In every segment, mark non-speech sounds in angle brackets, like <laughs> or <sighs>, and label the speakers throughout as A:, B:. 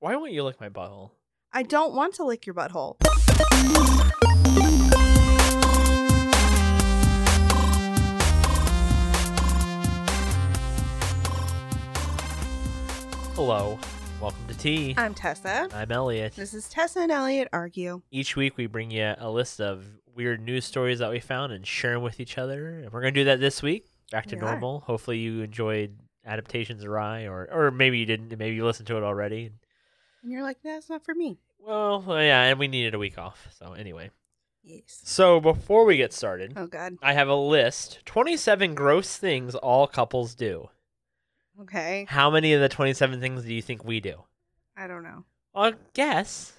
A: Why won't you lick my butthole?
B: I don't want to lick your butthole.
A: Hello. Welcome to Tea.
B: I'm Tessa.
A: I'm Elliot.
B: Uh, This is Tessa and Elliot argue.
A: Each week we bring you a list of weird news stories that we found and share them with each other. And we're going to do that this week. Back to
B: We are.
A: normal. Hopefully you enjoyed adaptations of Rye or or maybe you didn't. Maybe you listened to it already.
B: And you're like, that's not for me.
A: Well, yeah, and we needed a week off. So anyway.
B: Yes.
A: So before we get started,
B: Oh, God.
A: I have a list 27 gross things all couples do.
B: Okay.
A: How many of the 27 things do you think we do?
B: I don't know.
A: I'll guess.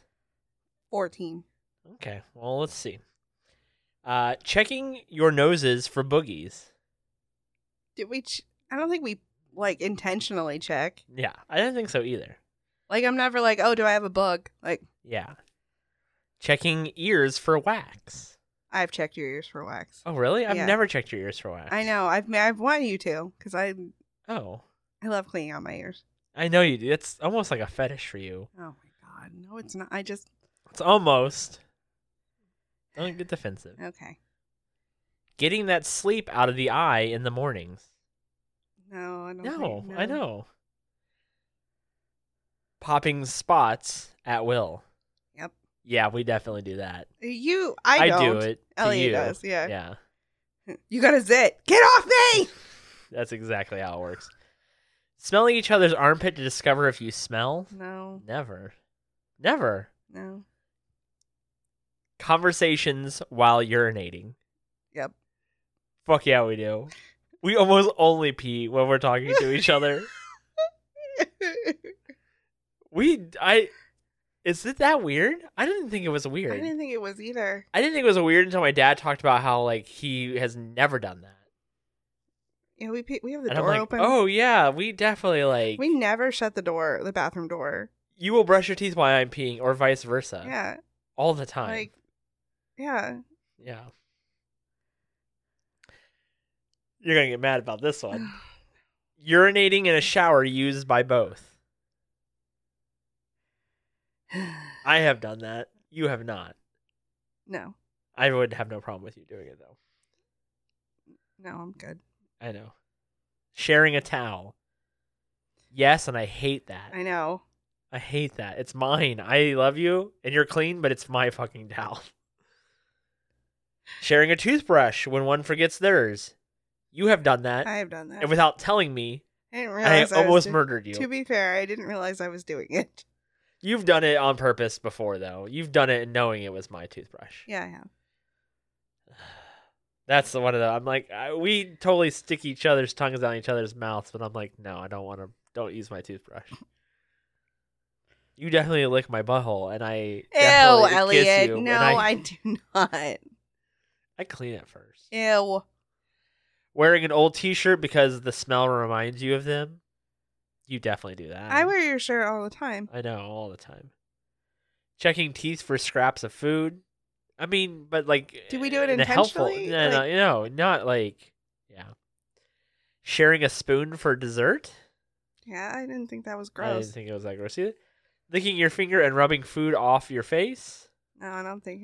B: 14.
A: Okay, well, let's see. Uh, checking your noses for boogies.
B: Did we? Ch- I don't think we like intentionally check.
A: Yeah, I don't think so either.
B: Like, I'm never like, oh, do I have a bug? Like,
A: Yeah. Checking ears for wax.
B: I've checked your ears for wax.
A: Oh, really? I've
B: Yeah.
A: never checked your ears for wax.
B: I know. I've I've wanted you to because I
A: Oh,
B: I love cleaning out my ears.
A: I know you do. It's almost like a fetish for you.
B: Oh my god, no, it's not. I just
A: It's almost. Don't get defensive.
B: okay.
A: Getting that sleep out of the eye in the mornings.
B: No, I don't.
A: No,
B: think,
A: I know. Popping spots at will.
B: Yep.
A: Yeah, we definitely do that.
B: You, I, don't.
A: do it. to
B: Elliot
A: you.
B: does. Yeah.
A: Yeah,
B: <laughs> You got a zit. Get off me.
A: that's exactly how it works. Smelling each other's armpit to discover if you smell?
B: No,
A: Never. Never. <laughs>
B: no.
A: Conversations while urinating.
B: Yep.
A: Fuck yeah, we do. We almost only pee when we're talking to each
B: <laughs>
A: other. We, I, is it that weird? I didn't think it was
B: I
A: weird.
B: didn't think it was either.
A: I didn't think it was weird until my dad talked about how like he has never done that.
B: Yeah, we pe- we have the
A: and
B: door
A: I'm like,
B: open.
A: oh yeah, we definitely like
B: we never shut the door, the bathroom door.
A: you will brush your teeth while I'm peeing, or vice versa,
B: yeah,
A: all the time.
B: like, yeah.
A: yeah, you're gonna get mad about this one. Urinating in a shower used by both. I have done that. You have not.
B: <sighs> no,
A: I would have no problem with you doing it though.
B: no, I'm good.
A: I know. Sharing a towel. Yes, and I hate that.
B: I know.
A: I hate that. It's mine. I love you and you're clean, but it's my fucking towel. <laughs> Sharing a toothbrush when one forgets theirs. You have done that.
B: I have done that.
A: and without telling me,
B: I didn't
A: I
B: realize I, was
A: almost
B: do-
A: murdered you.
B: To be fair, I didn't realize I was doing it. <laughs>
A: You've done it on purpose before, though. You've done it knowing it was my toothbrush.
B: Yeah, I have.
A: That's the one of the. I'm like, I, we totally stick each other's tongues down each other's mouths, but I'm like, no, I don't want to. Don't use my toothbrush. You definitely lick my butthole, and I
B: Ew,
A: definitely kiss
B: Elliot.
A: you, and
B: no,
A: I,
B: I do not.
A: I clean it first.
B: Ew.
A: Wearing an old T-shirt because the smell reminds you of them. You definitely do that.
B: I wear your shirt all the time.
A: I know all the time. Checking teeth for scraps of food. I mean, but like,
B: Do we do it
A: in a helpful-
B: intentionally?
A: No, no, no, not like, yeah. Sharing a spoon for dessert.
B: Yeah, I didn't think that was
A: I
B: gross.
A: didn't think it was that gross either. Licking your finger and rubbing food off your face.
B: no, I don't think.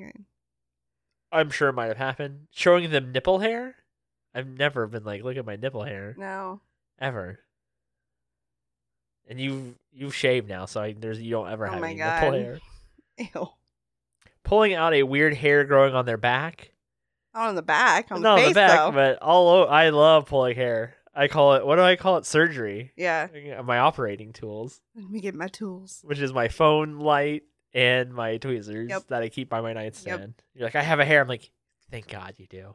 A: <laughs>
B: I...
A: I'm sure it might have happened. Showing them nipple hair. I've never been like, look at my nipple hair.
B: No,
A: ever. And you you shave now, so I, there's you don't ever
B: Oh
A: have
B: my
A: any
B: God.
A: nipple hair.
B: ew.
A: Pulling out a weird hair growing on their back,
B: Not on the back. On
A: not
B: the face,
A: on the back,
B: though.
A: but all o- I love pulling hair. I call it what do I call it? Surgery.
B: Yeah.
A: My operating tools,
B: Let me get my tools.
A: which is my phone light and my tweezers
B: Yep.
A: that I keep by my nightstand. You're like, I have a hair. I'm like, thank God you do.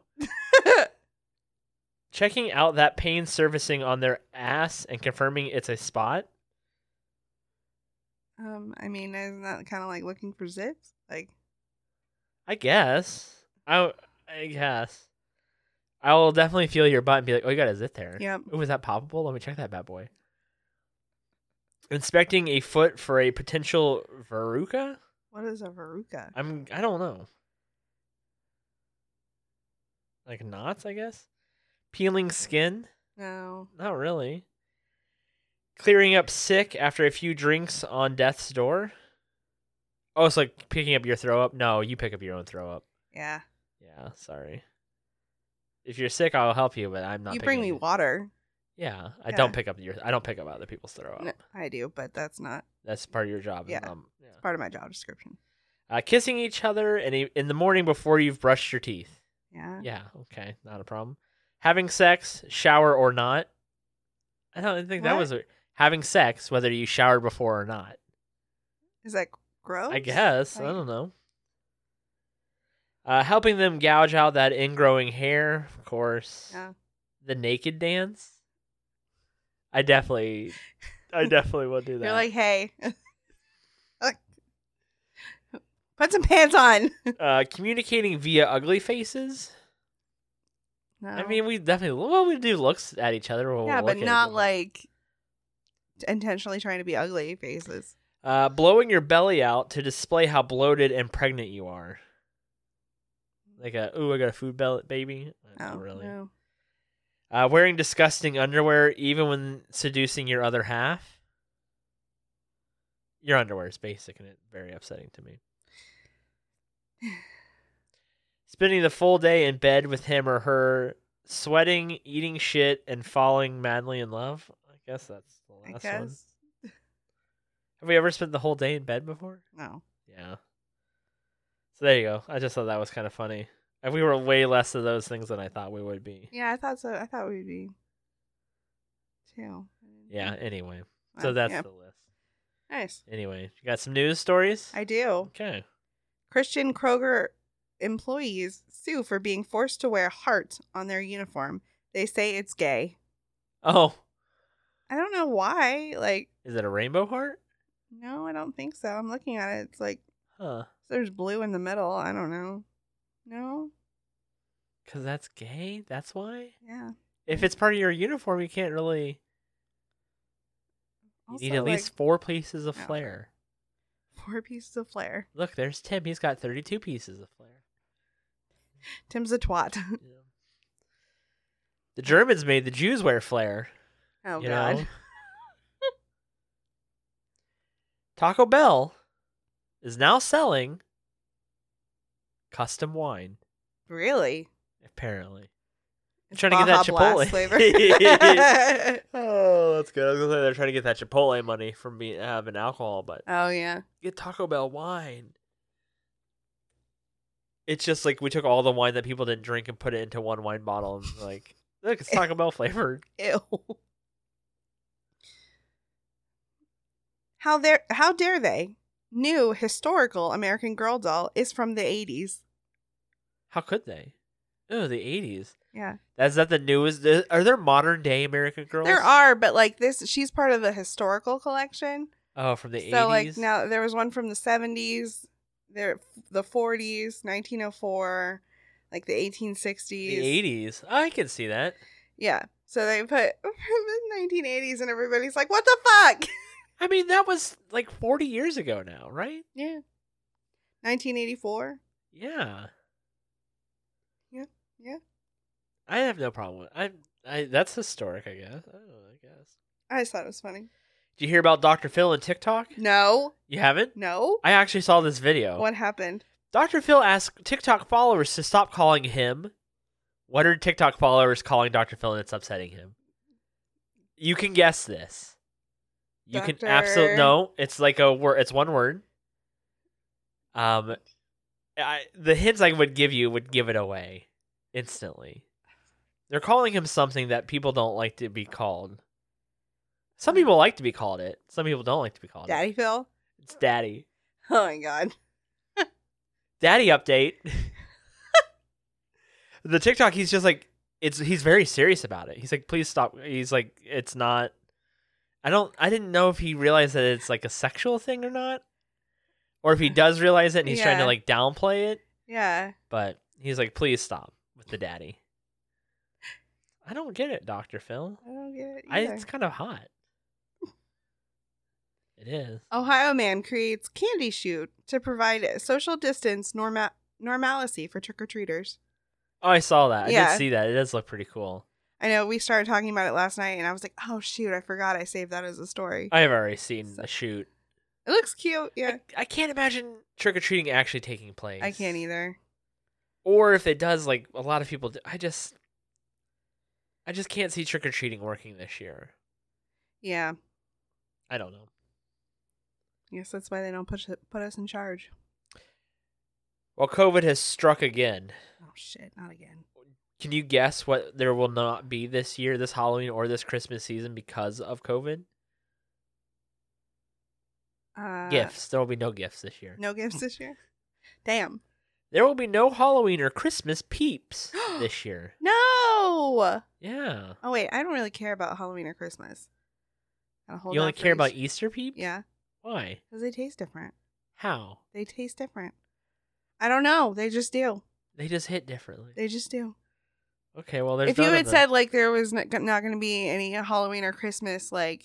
A: Checking out that pain surfacing on their ass and confirming it's a spot.
B: <laughs> um, I mean, isn't that kind of like looking for zits? Like,
A: I guess. I I guess. I will definitely feel your butt and be like, "Oh, you got a zit there."
B: Yep.
A: Ooh, is that palpable? Let me check that bad boy. Inspecting a foot for a potential verruca.
B: what is a veruca?
A: I'm. I don't know. Like knots, I guess. Peeling skin.
B: No.
A: Not really. Clearing up sick after a few drinks on death's door. Oh, it's like picking up your throw up. No, you pick up your own throw up.
B: Yeah.
A: Yeah, sorry. If you're sick, I'll help you, but I'm not.
B: you bring me
A: picking-
B: water.
A: Yeah, I
B: Yeah.
A: don't pick up your. I don't pick up other people's throw up.
B: No, I do, but that's not
A: That's part of your job.
B: Yeah.
A: Um, yeah.
B: part of my job description.
A: Uh, kissing each other in, a, in the morning before you've brushed your teeth.
B: Yeah.
A: Yeah, okay, not a problem. Having sex, shower or not. I don't think that
B: What?
A: was a, having sex, whether you showered before or not.
B: Is that gross?
A: I guess I
B: Like-
A: don't know. Uh, helping them gouge out that ingrowing hair, of course.
B: Yeah.
A: The naked dance. I definitely,
B: <laughs>
A: I definitely will do that.
B: You're like, hey, <laughs> like, put some pants on.
A: uh, communicating via ugly faces. I
B: No.
A: mean, we definitely well, we do looks at each other. When
B: Oh. yeah,
A: we're
B: but
A: looking at
B: not
A: them.
B: like intentionally trying to be ugly faces.
A: uh, blowing your belly out to display how bloated and pregnant you are. Like a ooh, I got a food belly, baby.
B: No,
A: Not Oh, really.
B: no.
A: Uh, wearing disgusting underwear even when seducing your other half. Your underwear is basic and it's very upsetting to
B: <sighs>
A: me. Spending the full day in bed with him or her, sweating, eating shit, and falling madly in love. I guess that's the
B: I
A: last one.
B: guess
A: Have we ever spent the whole day in bed before?
B: no.
A: Yeah. So there you go. I just thought that was kind of funny. And we were way less of those things than I thought we would be.
B: Yeah, I thought so. I thought we'd be two.
A: Yeah, anyway. So
B: Well,
A: that's
B: yeah.
A: the list.
B: nice.
A: Anyway, you got some news stories?
B: I do.
A: Okay.
B: Christian Kroger employees sue for being forced to wear hearts on their uniform. They say it's gay.
A: Oh,
B: I don't know why. Like,
A: is it a rainbow heart?
B: no, I don't think so. I'm looking at it. It's like
A: Huh.
B: there's blue in the middle. I don't know. No.
A: Because that's gay? That's why?
B: Yeah.
A: If it's part of your uniform, you can't really. You need
B: Also,
A: at least four pieces of
B: Yeah.
A: flair.
B: like, four pieces of flair.
A: Look, there's Tim. He's got 32 pieces of
B: <laughs>
A: flair.
B: Tim's a twat.
A: Yeah. The Germans made the Jews wear flair.
B: <laughs> Oh
A: you
B: god.
A: know? Taco Bell is now selling custom wine,
B: <laughs> Really?
A: apparently.
B: It's
A: trying to get that
B: Baja Blast
A: Chipotle.
B: flavor.
A: <laughs>
B: <laughs>
A: Oh, that's good. I was gonna say they're trying to get that Chipotle money from me having alcohol, but
B: oh yeah.
A: get Taco Bell wine. It's just like we took all the wine that people didn't drink and put it into one wine bottle and like, look, it's Taco Bell flavored.
B: Ew. How dare how dare they? New historical American Girl doll is from the 80s.
A: How could they? Oh, the eighties.
B: Yeah.
A: That's that the newest. th- Are there modern day American girls?
B: There are, but like this she's part of the historical collection.
A: Oh, from the
B: so
A: eighties.
B: like now there was one from the 70s, there the 40s, 1904, like the 1860s.
A: the eighties. I can see that.
B: Yeah. So they put <laughs> the 1980s and everybody's like, "What the fuck?"
A: I mean, that was like forty years ago now, right?
B: Yeah. 1984.
A: Yeah.
B: Yeah, yeah.
A: I have no problem with. I. I. That's historic. I guess. I don't know. I guess.
B: I just thought it was funny.
A: Did you hear about Dr. Phil and TikTok?
B: No.
A: You haven't?
B: No.
A: I actually saw this video.
B: What happened?
A: Dr. Phil asked TikTok followers to stop calling him. What are TikTok followers calling Dr. Phil and it's upsetting him? You can guess this. You can absolutely
B: Dr..
A: no. It's like a word. It's one word. Um, I, the hints I would give you would give it away instantly. They're calling him something that people don't like to be called. Some people like to be called it. Some people don't like to be called
B: Daddy Phil? <laughs>
A: it. It's daddy.
B: Oh my god.
A: daddy update. <laughs> the TikTok, he's just like it's he's very serious about it. He's like, please stop. He's like, it's not. I don't. I didn't know if he realized that it's like a sexual thing or not, or if he does realize it and he's trying to
B: Yeah.
A: like downplay it.
B: Yeah.
A: But he's like, please stop with the daddy. I don't get it, Doctor Phil.
B: I don't get it
A: I,
B: either.
A: it's kind of hot. It is.
B: Ohio man creates candy shoot to provide social distance norma- normalcy for trick or treaters.
A: Oh, I saw that. I
B: Yeah.
A: did see that. It does look pretty cool.
B: I know we started talking about it last night, and I was like, "Oh shoot, I forgot I saved that as a story."
A: I have already seen the shoot.
B: It looks cute. Yeah,
A: I can't imagine trick or treating actually taking place.
B: I can't either.
A: Or if it does, like a lot of people, do, I just, I just can't see trick or treating working this year.
B: Yeah,
A: I don't know.
B: I guess that's why they don't push put us in charge.
A: Well, COVID has struck again.
B: Oh shit, not again.
A: Can you guess what there will not be this year, this Halloween or this Christmas season because of COVID?
B: Uh,
A: gifts. There will be no gifts this year.
B: No gifts this
A: <laughs>
B: year. Damn.
A: There will be no Halloween or Christmas
B: <gasps>
A: peeps this year.
B: No. Oh
A: Yeah.
B: wait, I don't really care about Halloween or Christmas. Gotta hold
A: you
B: out
A: only
B: for
A: care about
B: each-
A: Easter peeps?
B: yeah,
A: Why?
B: because they taste different.
A: How?
B: They taste different. I don't know. They just do.
A: They just hit differently.
B: They just do.
A: Okay, well, there's
B: if you
A: none of
B: had
A: them.
B: said like there was not, not going to be any Halloween or Christmas like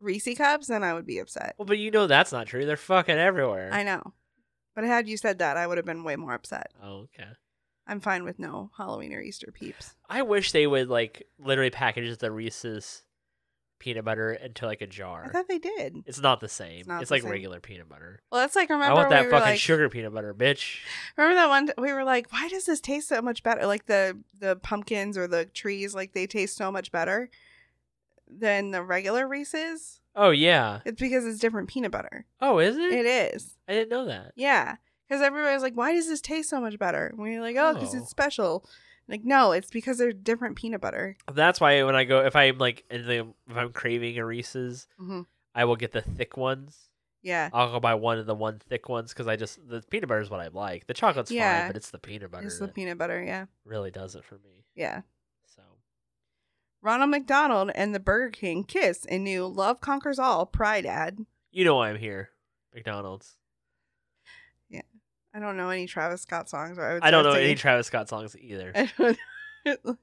B: Reese cups, then I would be upset.
A: Well, but you know that's not true. They're fucking everywhere.
B: I know, but had you said that, I would have been way more upset.
A: Oh, okay.
B: I'm fine with no Halloween or Easter peeps.
A: I wish they would, like, literally package the Reese's peanut butter into, like, a jar.
B: I thought they did.
A: It's not the same. It's,
B: not the
A: like
B: same.
A: regular peanut butter.
B: Well, that's like remember
A: I want that
B: we were
A: fucking
B: like,
A: sugar peanut butter, bitch.
B: remember that one t- we were like, why does this taste so much better? Like the the pumpkins or the trees, like they taste so much better than the regular Reese's.
A: Oh, yeah.
B: It's because it's different peanut butter.
A: Oh, is it?
B: It is.
A: I didn't know that.
B: Yeah, because everybody's like, "Why does this taste so much better?" And we're like, "Oh, because
A: Oh.
B: it's special." Like, no, it's because they're different peanut butter.
A: That's why when I go, if I'm, like, in the, if I'm craving a Reese's,
B: Mhm.
A: I will get the thick ones.
B: Yeah,
A: I'll go buy one of the one thick ones because I just the peanut butter is what I like. The chocolate's fine,
B: Yeah.
A: but it's the peanut butter
B: it's the
A: that
B: peanut butter. Yeah,
A: really does it for me.
B: yeah.
A: So
B: Ronald McDonald and the Burger King kiss in new "Love Conquers All" Pride ad.
A: you know why I'm here, McDonald's.
B: I don't know any Travis Scott songs, or I would.
A: I don't know
B: start
A: any
B: singing.
A: Travis Scott songs either.
B: <laughs> I don't know.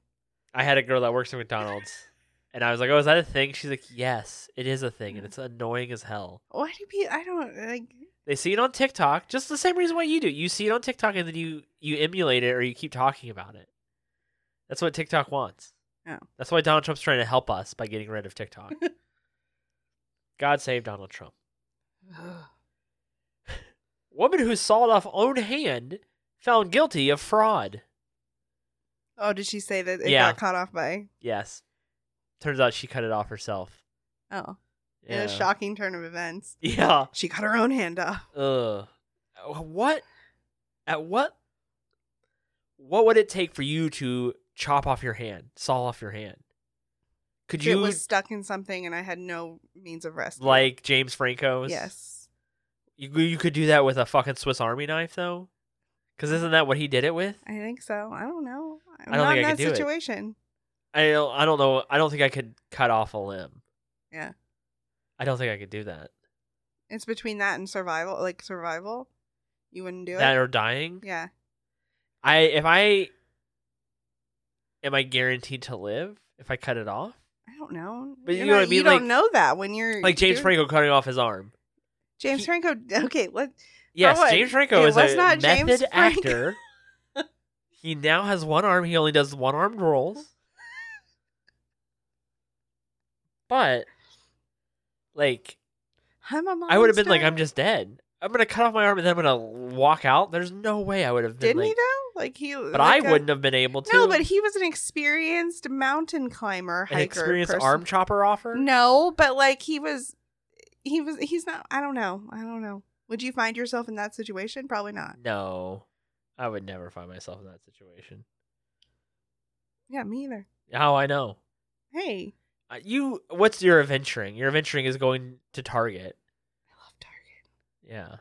A: I had a girl that works at McDonald's, <laughs> and I was like, "Oh, is that a thing?" She's like, "Yes, it is a thing, and it's annoying as hell."
B: Why do people? I don't like. <sighs>
A: They see it on TikTok, just the same reason why you do. You see it on TikTok, and then you you emulate it or you keep talking about it. That's what TikTok wants.
B: Oh.
A: That's why Donald Trump's trying to help us by getting rid of TikTok. God save Donald Trump. Woman who sawed off own hand found guilty of fraud.
B: Oh, did she say that it
A: Yeah.
B: got caught off by?
A: Yes. Turns out she cut it off herself.
B: Oh, in a shocking turn of events,
A: <laughs> Yeah.
B: she got her own hand off.
A: Ugh. What? At what? What would it take for you to chop off your hand, saw off your hand? Could
B: it
A: you,
B: was stuck in something, and I had no means of rescue.
A: like James Franco's?
B: yes.
A: You, you could do that with a fucking Swiss Army knife, though? Because isn't that what he did it with?
B: I think so. I don't know. I'm
A: I don't
B: not
A: think
B: in
A: I
B: that
A: could do it.
B: situation.
A: I don't, I don't know. I don't think I could cut off a limb.
B: Yeah.
A: I don't think I could do that.
B: It's between that and survival, like survival. You wouldn't do
A: That
B: it.
A: or dying.
B: Yeah.
A: I if I am I guaranteed to live if I cut it off?
B: I don't know.
A: But
B: You're
A: you know what I
B: not- You
A: mean? Like-
B: don't know that when you're
A: Like James
B: doing-
A: Franco cutting off his arm.
B: James
A: he-
B: Franco. Okay, let
A: Yes,
B: what?
A: James Franco
B: It
A: is a
B: was not James
A: method
B: Franco. <laughs>
A: actor. he now has one arm. He only does one armed roles. But like
B: I'm a monster.
A: I would have been like, I'm just dead. I'm gonna cut off my arm and then I'm gonna walk out. There's no way I would have been.
B: Didn't
A: like,
B: he though? Like he.
A: But
B: like
A: I
B: a-
A: wouldn't have been able to.
B: No, but he was an experienced mountain climber,
A: an
B: hiker,
A: experienced
B: person.
A: arm chopper offer.
B: No, but like he was, he was. He's not. I don't know. I don't know. Would you find yourself in that situation? Probably not.
A: No, I would never find myself in that situation.
B: Yeah, me either.
A: How I know?
B: Hey,
A: Uh, You, what's your adventuring? Your adventuring is going to Target.
B: I love Target.
A: Yeah,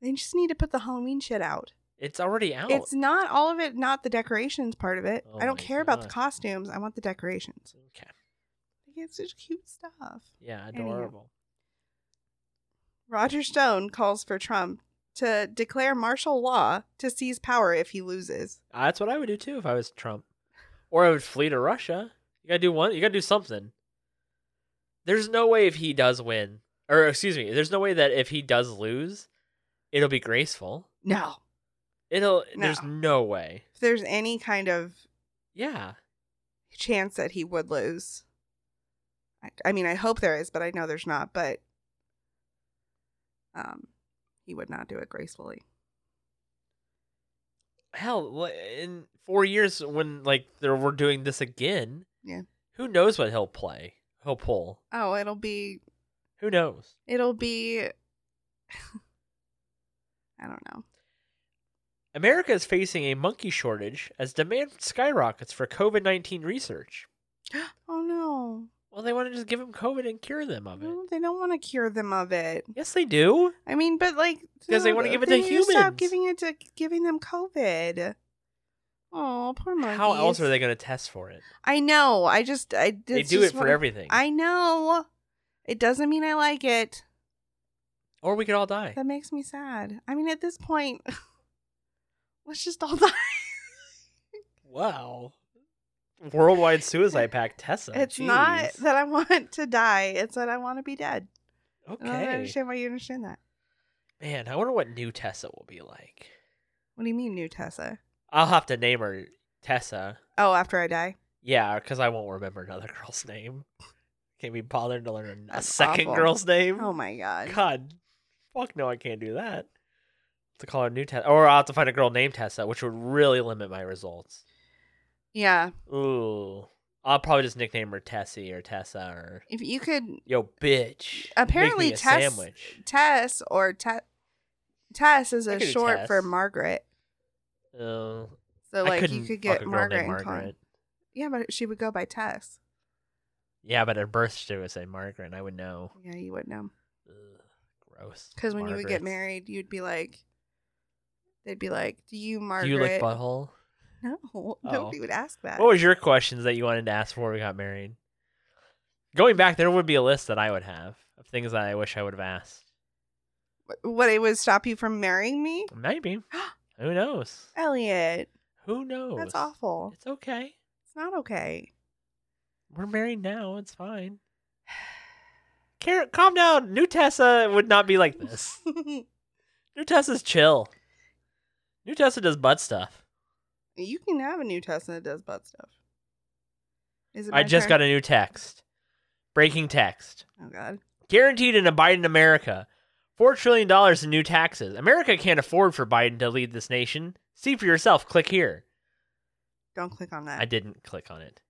B: They just need to put the Halloween shit out.
A: it's already out.
B: It's not all of it, not the decorations part of it.
A: Oh
B: I don't
A: my
B: care about the
A: God.
B: costumes. I want the decorations.
A: okay.
B: They get such cute stuff.
A: Yeah,
B: Anyhow.
A: adorable.
B: Roger Stone calls for Trump to declare martial law to seize power if he loses.
A: Uh, That's what I would do too if I was Trump, or I would flee to Russia. You gotta do one. You gotta do something. There's no way if he does win, or excuse me, there's no way that if he does lose, it'll be graceful.
B: No.
A: It'll.
B: No.
A: There's no way.
B: If there's any kind of
A: Yeah.
B: chance that he would lose. I, I mean, I hope there is, but I know there's not. But um, he would not do it gracefully.
A: Hell, wha- in four years when like there, we're doing this again.
B: Yeah.
A: Who knows what he'll play? He'll pull.
B: Oh, it'll be
A: Who knows?
B: it'll be. <sighs> I don't know.
A: America is facing a monkey shortage as demand skyrockets for COVID nineteen research.
B: Oh no!
A: Well, they want to just give them COVID and cure them of it.
B: No, they don't want to cure them of it.
A: Yes, they do.
B: I mean, but like
A: 'Cause they wanna
B: uh,
A: give it to
B: then you Stop
A: humans.
B: giving it to giving them COVID. Oh, poor monkeys.
A: How else are they going to test for it?
B: I know. I just I it's
A: they do it
B: just
A: for
B: one-
A: everything.
B: I know. It doesn't mean I like it.
A: Or we could all die.
B: That makes me sad. I mean, at this point, <laughs> let's just all <laughs> die.
A: Wow. Worldwide
B: <laughs>
A: suicide pact Tessa.
B: it's not
A: Oh, jeez.
B: that I want to die. It's that I want to be dead. I don't
A: okay.
B: understand why you understand that.
A: Man, I wonder what new Tessa will be like.
B: What do you mean, new Tessa?
A: I'll have to name her Tessa.
B: Oh, after I die.
A: Yeah, because I won't remember another <laughs> girl's name. Can't be bothered to learn a
B: That's
A: second
B: awful.
A: girl's name.
B: Oh my god.
A: God, fuck no, I can't do that. To call her new Tessa, or I'll have to find a girl named Tessa, which would really limit my results.
B: Yeah.
A: Ooh, I'll probably just nickname her Tessie or Tessa or
B: If you could
A: Yo, bitch.
B: Apparently
A: make me a
B: Tess-
A: sandwich.
B: Tess or Te- Tess is
A: I
B: a
A: could do
B: short
A: Tess.
B: for Margaret.
A: Uh,
B: So
A: I
B: like
A: couldn't
B: you could
A: fuck a
B: get
A: girl named
B: Margaret and call. her- Yeah, but she would go by Tess.
A: Yeah, but her birth certificate would say Margaret, and I would know.
B: Yeah, you would know.
A: Ugh, gross.
B: Because when you would get
A: Margarets.
B: married, you'd be like, they'd be like, "Do you
A: do
B: Margaret?"
A: you like butthole?
B: No,
A: Oh.
B: nobody would ask that.
A: What was your questions that you wanted to ask before we got married? Going back, there would be a list that I would have of things that I wish I would have asked.
B: what it would stop you from marrying me,
A: Maybe. Who knows?
B: Elliot?
A: Who knows?
B: That's awful.
A: Oh, It's okay.
B: It's not okay.
A: We're married now. It's fine. Car- calm down. New Tessa would not be like
B: <laughs>
A: this. New Tessa's chill. New Tessa does butt stuff.
B: you can have a new test that does butt stuff. Is it?
A: I just got a new text. Breaking text.
B: Oh God.
A: Guaranteed in a Biden America. $4 trillion in new taxes. America can't afford for Biden to lead this nation. See for yourself. Click here.
B: Don't click on that.
A: I didn't click on it.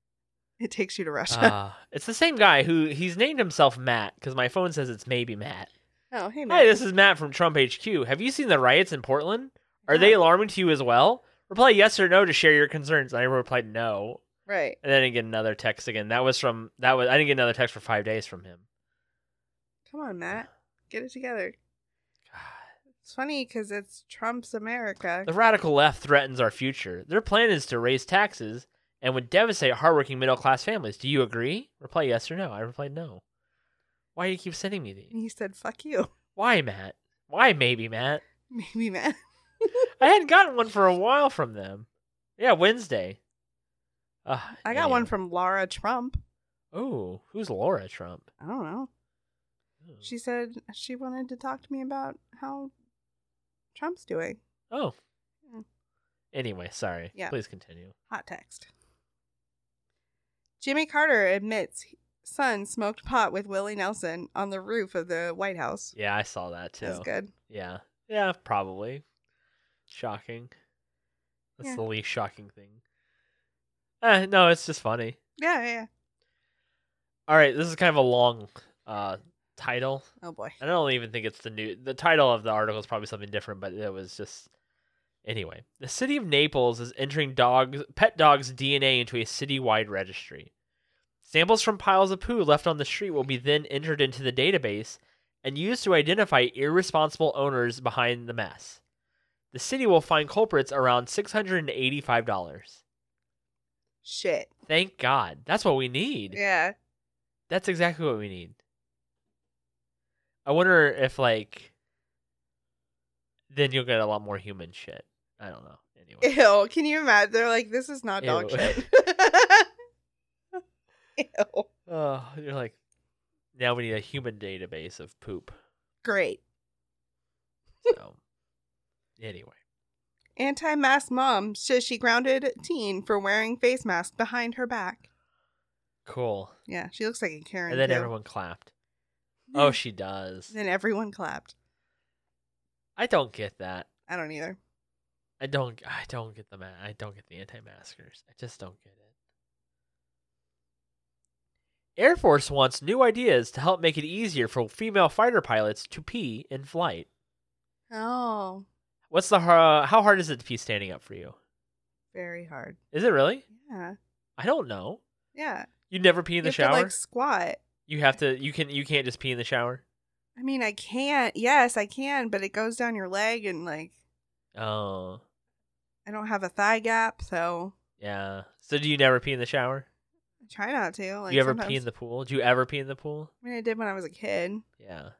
B: It takes you to Russia.
A: Uh, it's the same guy who he's named himself Matt because my phone says it's maybe Matt.
B: <laughs> oh, hey, man.
A: Hi, this is Matt from Trump HQ. Have you seen the riots in Portland? Are they alarming to you as well? Reply yes or no to share your concerns. And I replied no.
B: right?
A: And then I get another text again. That was from that was I didn't get another text for five days from him.
B: Come on, Matt. Get it together.
A: God.
B: It's funny because it's Trump's America.
A: The radical left threatens our future. Their plan is to raise taxes and would devastate hardworking middle class families. Do you agree? Reply yes or no. I replied no. Why do you keep sending me
B: And
A: these?
B: he said, "Fuck you, <laughs>
A: Why, Matt? Why maybe Matt?
B: maybe man."
A: I hadn't gotten one for a while from them. Yeah, Wednesday. Ugh,
B: I got
A: man.
B: one from Laura Trump.
A: Oh, who's Laura Trump?
B: I don't know.
A: Ooh.
B: She said she wanted to talk to me about how Trump's doing.
A: Oh.
B: Mm.
A: Anyway, sorry.
B: Yeah.
A: Please continue.
B: Hot text. Jimmy Carter admits son smoked pot with Willie Nelson on the roof of the White House.
A: Yeah, I saw that too.
B: That's good.
A: Yeah. Yeah, probably. Shocking. That's
B: Yeah.
A: the least shocking thing. Eh, no, it's just funny.
B: Yeah, yeah. yeah.
A: All right, this is kind of a long uh title.
B: Oh boy.
A: I don't even think it's the new. The title of the article is probably something different, but it was just. Anyway, the city of Naples is entering dogs, pet dogs' DNA into a citywide registry. Samples from piles of poo left on the street will be then entered into the database and used to identify irresponsible owners behind the mess. The city will fine culprits around $685.
B: Shit.
A: Thank God. That's what we need.
B: Yeah.
A: That's exactly what we need. I wonder if like then you'll get a lot more human shit. I don't know.
B: <laughs>
A: Anyway.
B: Ew. Can you imagine? They're like, this is not dog
A: Ew. <laughs>
B: shit. Ew.
A: Oh, you're like now we need a human database of poop.
B: Great.
A: So anyway.
B: Anti-mask mom says she grounded teen for wearing face mask behind her back.
A: Cool.
B: Yeah, she looks like a Karen.
A: And then
B: too.
A: everyone clapped. Oh, she does.
B: then everyone clapped.
A: I don't get that.
B: I don't either.
A: I don't. I don't get the. Ma- I don't get the anti-maskers. I just don't get it. Air Force wants new ideas to help make it easier for female fighter pilots to pee in flight.
B: Oh,
A: What's the har how hard is it to pee standing up for you?
B: very hard.
A: Is it really?
B: Yeah,
A: I don't know.
B: yeah.
A: You never pee in the
B: you
A: shower.
B: Have to, like squat.
A: you have to. You can. You can't just pee in the shower.
B: I mean, I can't. Yes, I can, but it goes down your leg, and like
A: Oh,
B: I don't have a thigh gap, so
A: yeah. So do you never pee in the shower?
B: I try not to. Like
A: do you ever pee
B: sometimes-
A: in the pool? Do you ever pee in the pool?
B: I mean, I did when I was a kid.
A: Yeah.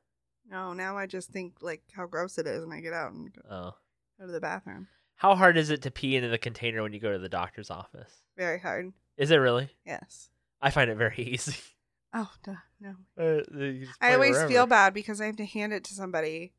B: No, now I just think like how gross it is, and I get out and
A: Oh.
B: go to the bathroom.
A: How hard is it to pee into the container when you go to the doctor's office?
B: Very hard.
A: Is it really?
B: Yes.
A: I find it very <laughs> easy.
B: Oh duh, no.
A: Uh, you just put
B: I
A: it
B: always
A: wherever.
B: feel bad because I have to hand it to somebody,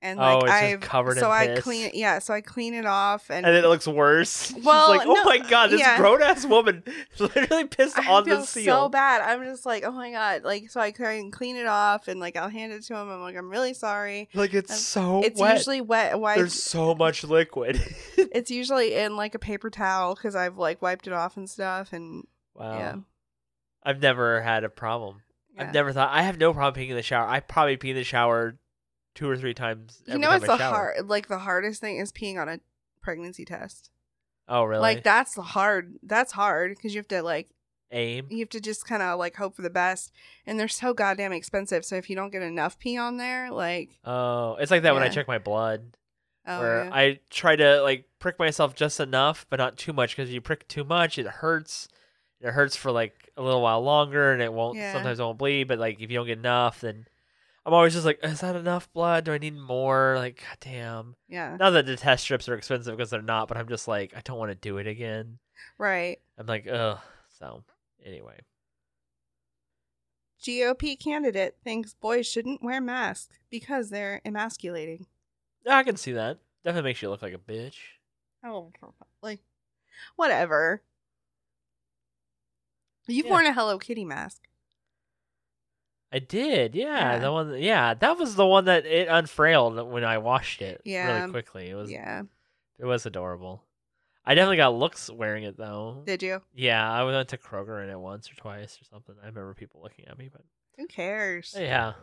B: and
A: Oh,
B: like
A: it's just
B: I've
A: covered in
B: so I
A: piss.
B: clean. Yeah, so I clean it off, and,
A: And then it looks worse. <laughs>
B: Well,
A: She's like, oh
B: no,
A: my god, this
B: yeah.
A: grown ass woman <laughs> literally pissed
B: <laughs> I
A: on
B: feel
A: the seal.
B: so bad. I'm just like, oh my god, like so I try and clean it off, and like I'll hand it to him. I'm like, I'm really sorry.
A: Like it's
B: Um,
A: so
B: it's
A: wet.
B: usually wet. Why?
A: There's so much liquid. <laughs>
B: It's usually in like a paper towel because I've like wiped it off and stuff, and
A: wow.
B: Yeah.
A: I've never had a problem.
B: yeah.
A: I've never thought I have no problem peeing in the shower. I probably pee in the shower two or three times.
B: You
A: every
B: know,
A: time
B: it's
A: I
B: the
A: shower.
B: hard, like the hardest thing is peeing on a pregnancy test.
A: Oh really?
B: Like that's the hard. That's hard because you have to like
A: Aim.
B: you have to just kind of like hope for the best, and they're so goddamn expensive. So if you don't get enough pee on there, like
A: Oh, it's like that when I
B: Yeah.
A: check my blood.
B: oh,
A: where
B: yeah.
A: I try to like prick myself just enough, but not too much because you prick too much, it hurts. It hurts for like a little while longer, and it won't.
B: Yeah.
A: Sometimes it won't bleed, but like if you don't get enough, then I'm always just like, is that enough blood? Do I need more? Like, god damn.
B: yeah,
A: Now that the test strips are expensive because they're not, but I'm just like, I don't want to do it again.
B: right.
A: I'm like, ugh. So anyway,
B: GOP candidate thinks boys shouldn't wear masks because they're emasculating.
A: I can see that. Definitely makes you look like a bitch.
B: Oh, like whatever. You've
A: Yeah.
B: worn a Hello Kitty mask.
A: I did, yeah.
B: Yeah.
A: The one, yeah, that was the one that it unfrailed when I washed it.
B: Yeah.
A: really quickly. It was
B: Yeah.
A: It was adorable. I definitely got looks wearing it though.
B: Did you?
A: yeah, I went to Kroger in it once or twice or something. I remember people looking at me, but
B: Who cares?
A: yeah,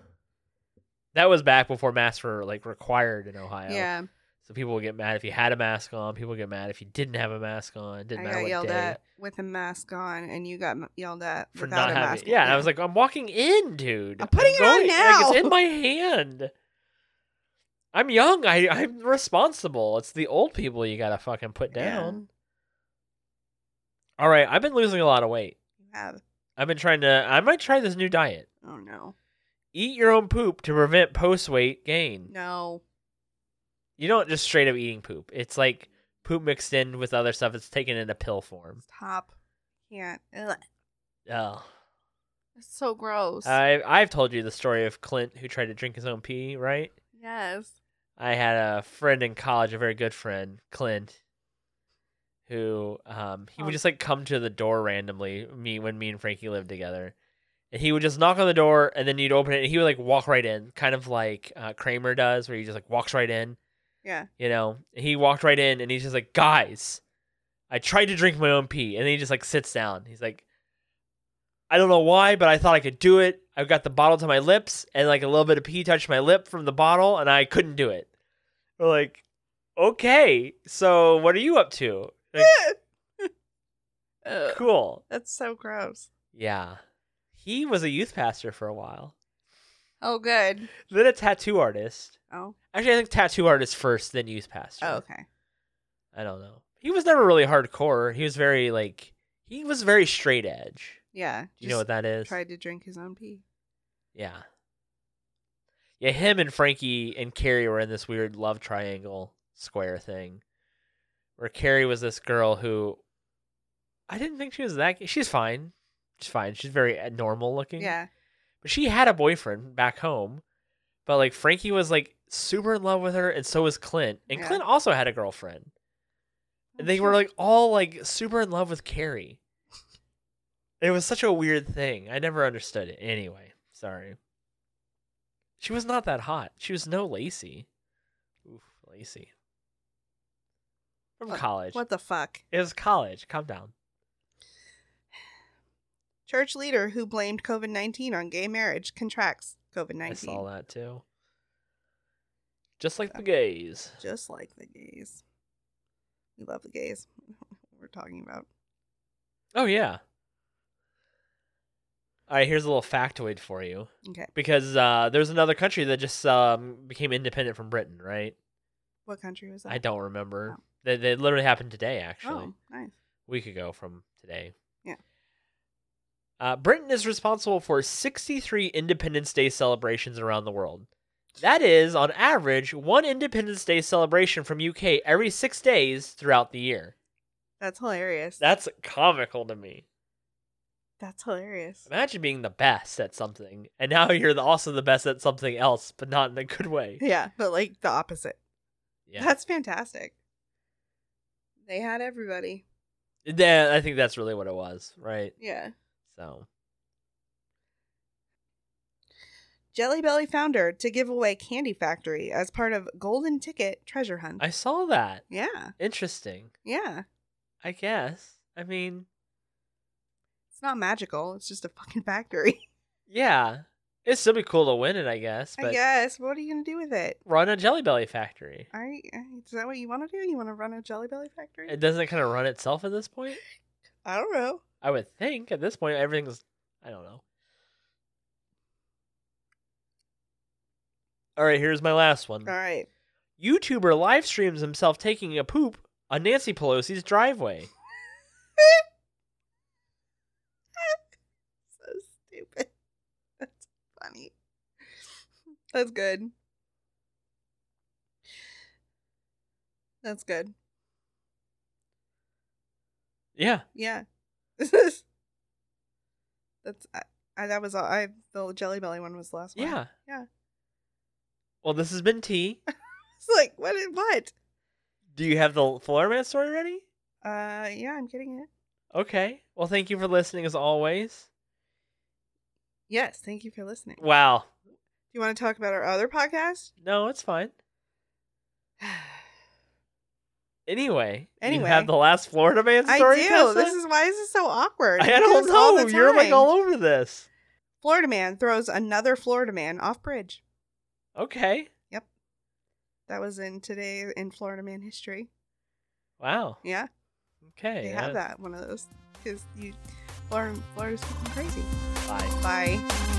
A: that was back before masks were like required in Ohio.
B: Yeah.
A: so people would get mad if you had a mask on. People would get mad if you didn't have a mask on. It
B: I
A: didn't matter
B: got
A: what
B: yelled
A: day
B: at with a mask on, and you got m- yelled at
A: for
B: without
A: not
B: a
A: having.
B: mask.
A: yeah, and I was like, I'm walking in, dude.
B: I'm putting it on
A: Like,
B: now."
A: it's in my hand. I'm young. I I'm responsible. It's the old people you gotta fucking put
B: Yeah.
A: down. All right, I've been losing a lot of weight.
B: You have.
A: I've been trying to. I might try this new diet.
B: Oh no.
A: Eat your own poop to prevent post weight gain.
B: No.
A: You don't just straight up eating poop. It's like poop mixed in with other stuff. It's taken in a pill form.
B: Stop. Can't. Ugh.
A: Oh,
B: It's so gross.
A: I I've told you the story of Clint who tried to drink his own pee. Right?
B: yes.
A: I had a friend in college, a very good friend, Clint, who um he
B: Oh.
A: would just like come to the door randomly. Me when me and Frankie lived together. And he would just knock on the door, and then you'd open it, and he would like walk right in, kind of like uh, Kramer does, where he just like walks right in.
B: Yeah.
A: you know he walked right in and he's just like guys i tried to drink my own pee and then he just like sits down he's like i don't know why but i thought i could do it i got the bottle to my lips and like a little bit of pee touched my lip from the bottle and i couldn't do it we're like okay so what are you up to like,
B: <laughs> Ugh.
A: cool
B: That's so gross.
A: yeah he was a youth pastor for a while
B: Oh, good.
A: then a tattoo artist
B: Oh.
A: actually i think tattoo artist first then youth pastor
B: Oh, okay.
A: I don't know. He was never really hardcore. He was very like he was very straight edge.
B: Yeah.
A: Do you know what that is?
B: Tried to drink his own pee.
A: Yeah. Yeah, him and Frankie and Carrie were in this weird love triangle square thing. Where Carrie was this girl who I didn't think she was that she's fine. She's fine. She's very uh, normal looking.
B: Yeah.
A: But she had a boyfriend back home. But like Frankie was like super in love with her and so was Clint. And
B: Yeah.
A: Clint also had a girlfriend.
B: Oh,
A: they were like all like super in love with Carrie. It was such a weird thing. I never understood it. Anyway, sorry. She was not that hot. She was no Lacey. Oof, Lacey. From
B: What-
A: college.
B: What the fuck?
A: It was college. Calm down.
B: Church leader who blamed COVID 19 on gay marriage contracts COVID
A: I saw
B: 19.
A: that too. Just like the gays.
B: Just like the gays. We love the gays. <laughs> We're talking about.
A: Oh yeah. All right, here's a little factoid for you.
B: Okay.
A: Because uh, there's another country that just um, became independent from Britain, right?
B: What country was that?
A: I don't remember.
B: Oh.
A: They That, that literally happened today, actually.
B: Oh, nice.
A: week ago from today.
B: Yeah.
A: Uh, Britain is responsible for 63 Independence Day celebrations around the world. That is, on average, one Independence Day celebration from UK every six days throughout the year.
B: That's hilarious.
A: That's comical to me.
B: That's hilarious.
A: Imagine being the best at something, and now you're the, also the best at something else, but not in a good
B: <laughs>
A: way.
B: Yeah, but like the opposite.
A: Yeah,
B: That's fantastic. They had everybody.
A: Yeah, I think that's really what it was, right?
B: Yeah.
A: So,
B: Jelly Belly founder to give away Candy Factory as part of Golden Ticket Treasure Hunt.
A: I saw that.
B: yeah.
A: Interesting.
B: Yeah.
A: I guess. I mean,
B: It's not magical. It's just a fucking factory. <laughs>
A: Yeah. It'd still be cool to win it, I guess. But
B: I guess. What are you going to do with it?
A: run a Jelly Belly factory.
B: Are you, uh, is that what you want to do? You want to run a Jelly Belly factory?
A: It doesn't kind of run itself at this point.
B: I don't know.
A: I would think at this point everything's. I don't know. All right, here's my last one.
B: All right.
A: YouTuber live streams himself taking a poop on Nancy Pelosi's driveway.
B: So stupid. <laughs> That's funny. That's good. That's good.
A: Yeah,
B: Yeah. <laughs> That's I, I, that was all. I the Jelly Belly one was the last one.
A: yeah,
B: Yeah.
A: Well, this has been
B: <laughs>
A: tea.
B: It's like what? is- What?
A: Do you have the Florida Man story ready?
B: Uh, yeah, I'm getting it.
A: Okay. Well, thank you for listening as always.
B: Yes, thank you for listening. Do
A: Wow.
B: you want to talk about our other
A: <sighs>
B: podcast?
A: No, it's fine. Anyway, you
B: Anyway.
A: have the last Florida man
B: I
A: story.
B: do.
A: Tessa?
B: This is why is this so awkward?
A: I
B: We do
A: don't
B: this all
A: know.
B: the
A: You're like
B: time.
A: all over this.
B: Florida man throws another Florida man off bridge.
A: Okay.
B: That was in today in Florida man history.
A: Wow.
B: Yeah,
A: Okay.
B: they have that one of those because you Florida Florida's fucking crazy.
A: Bye.
B: Bye.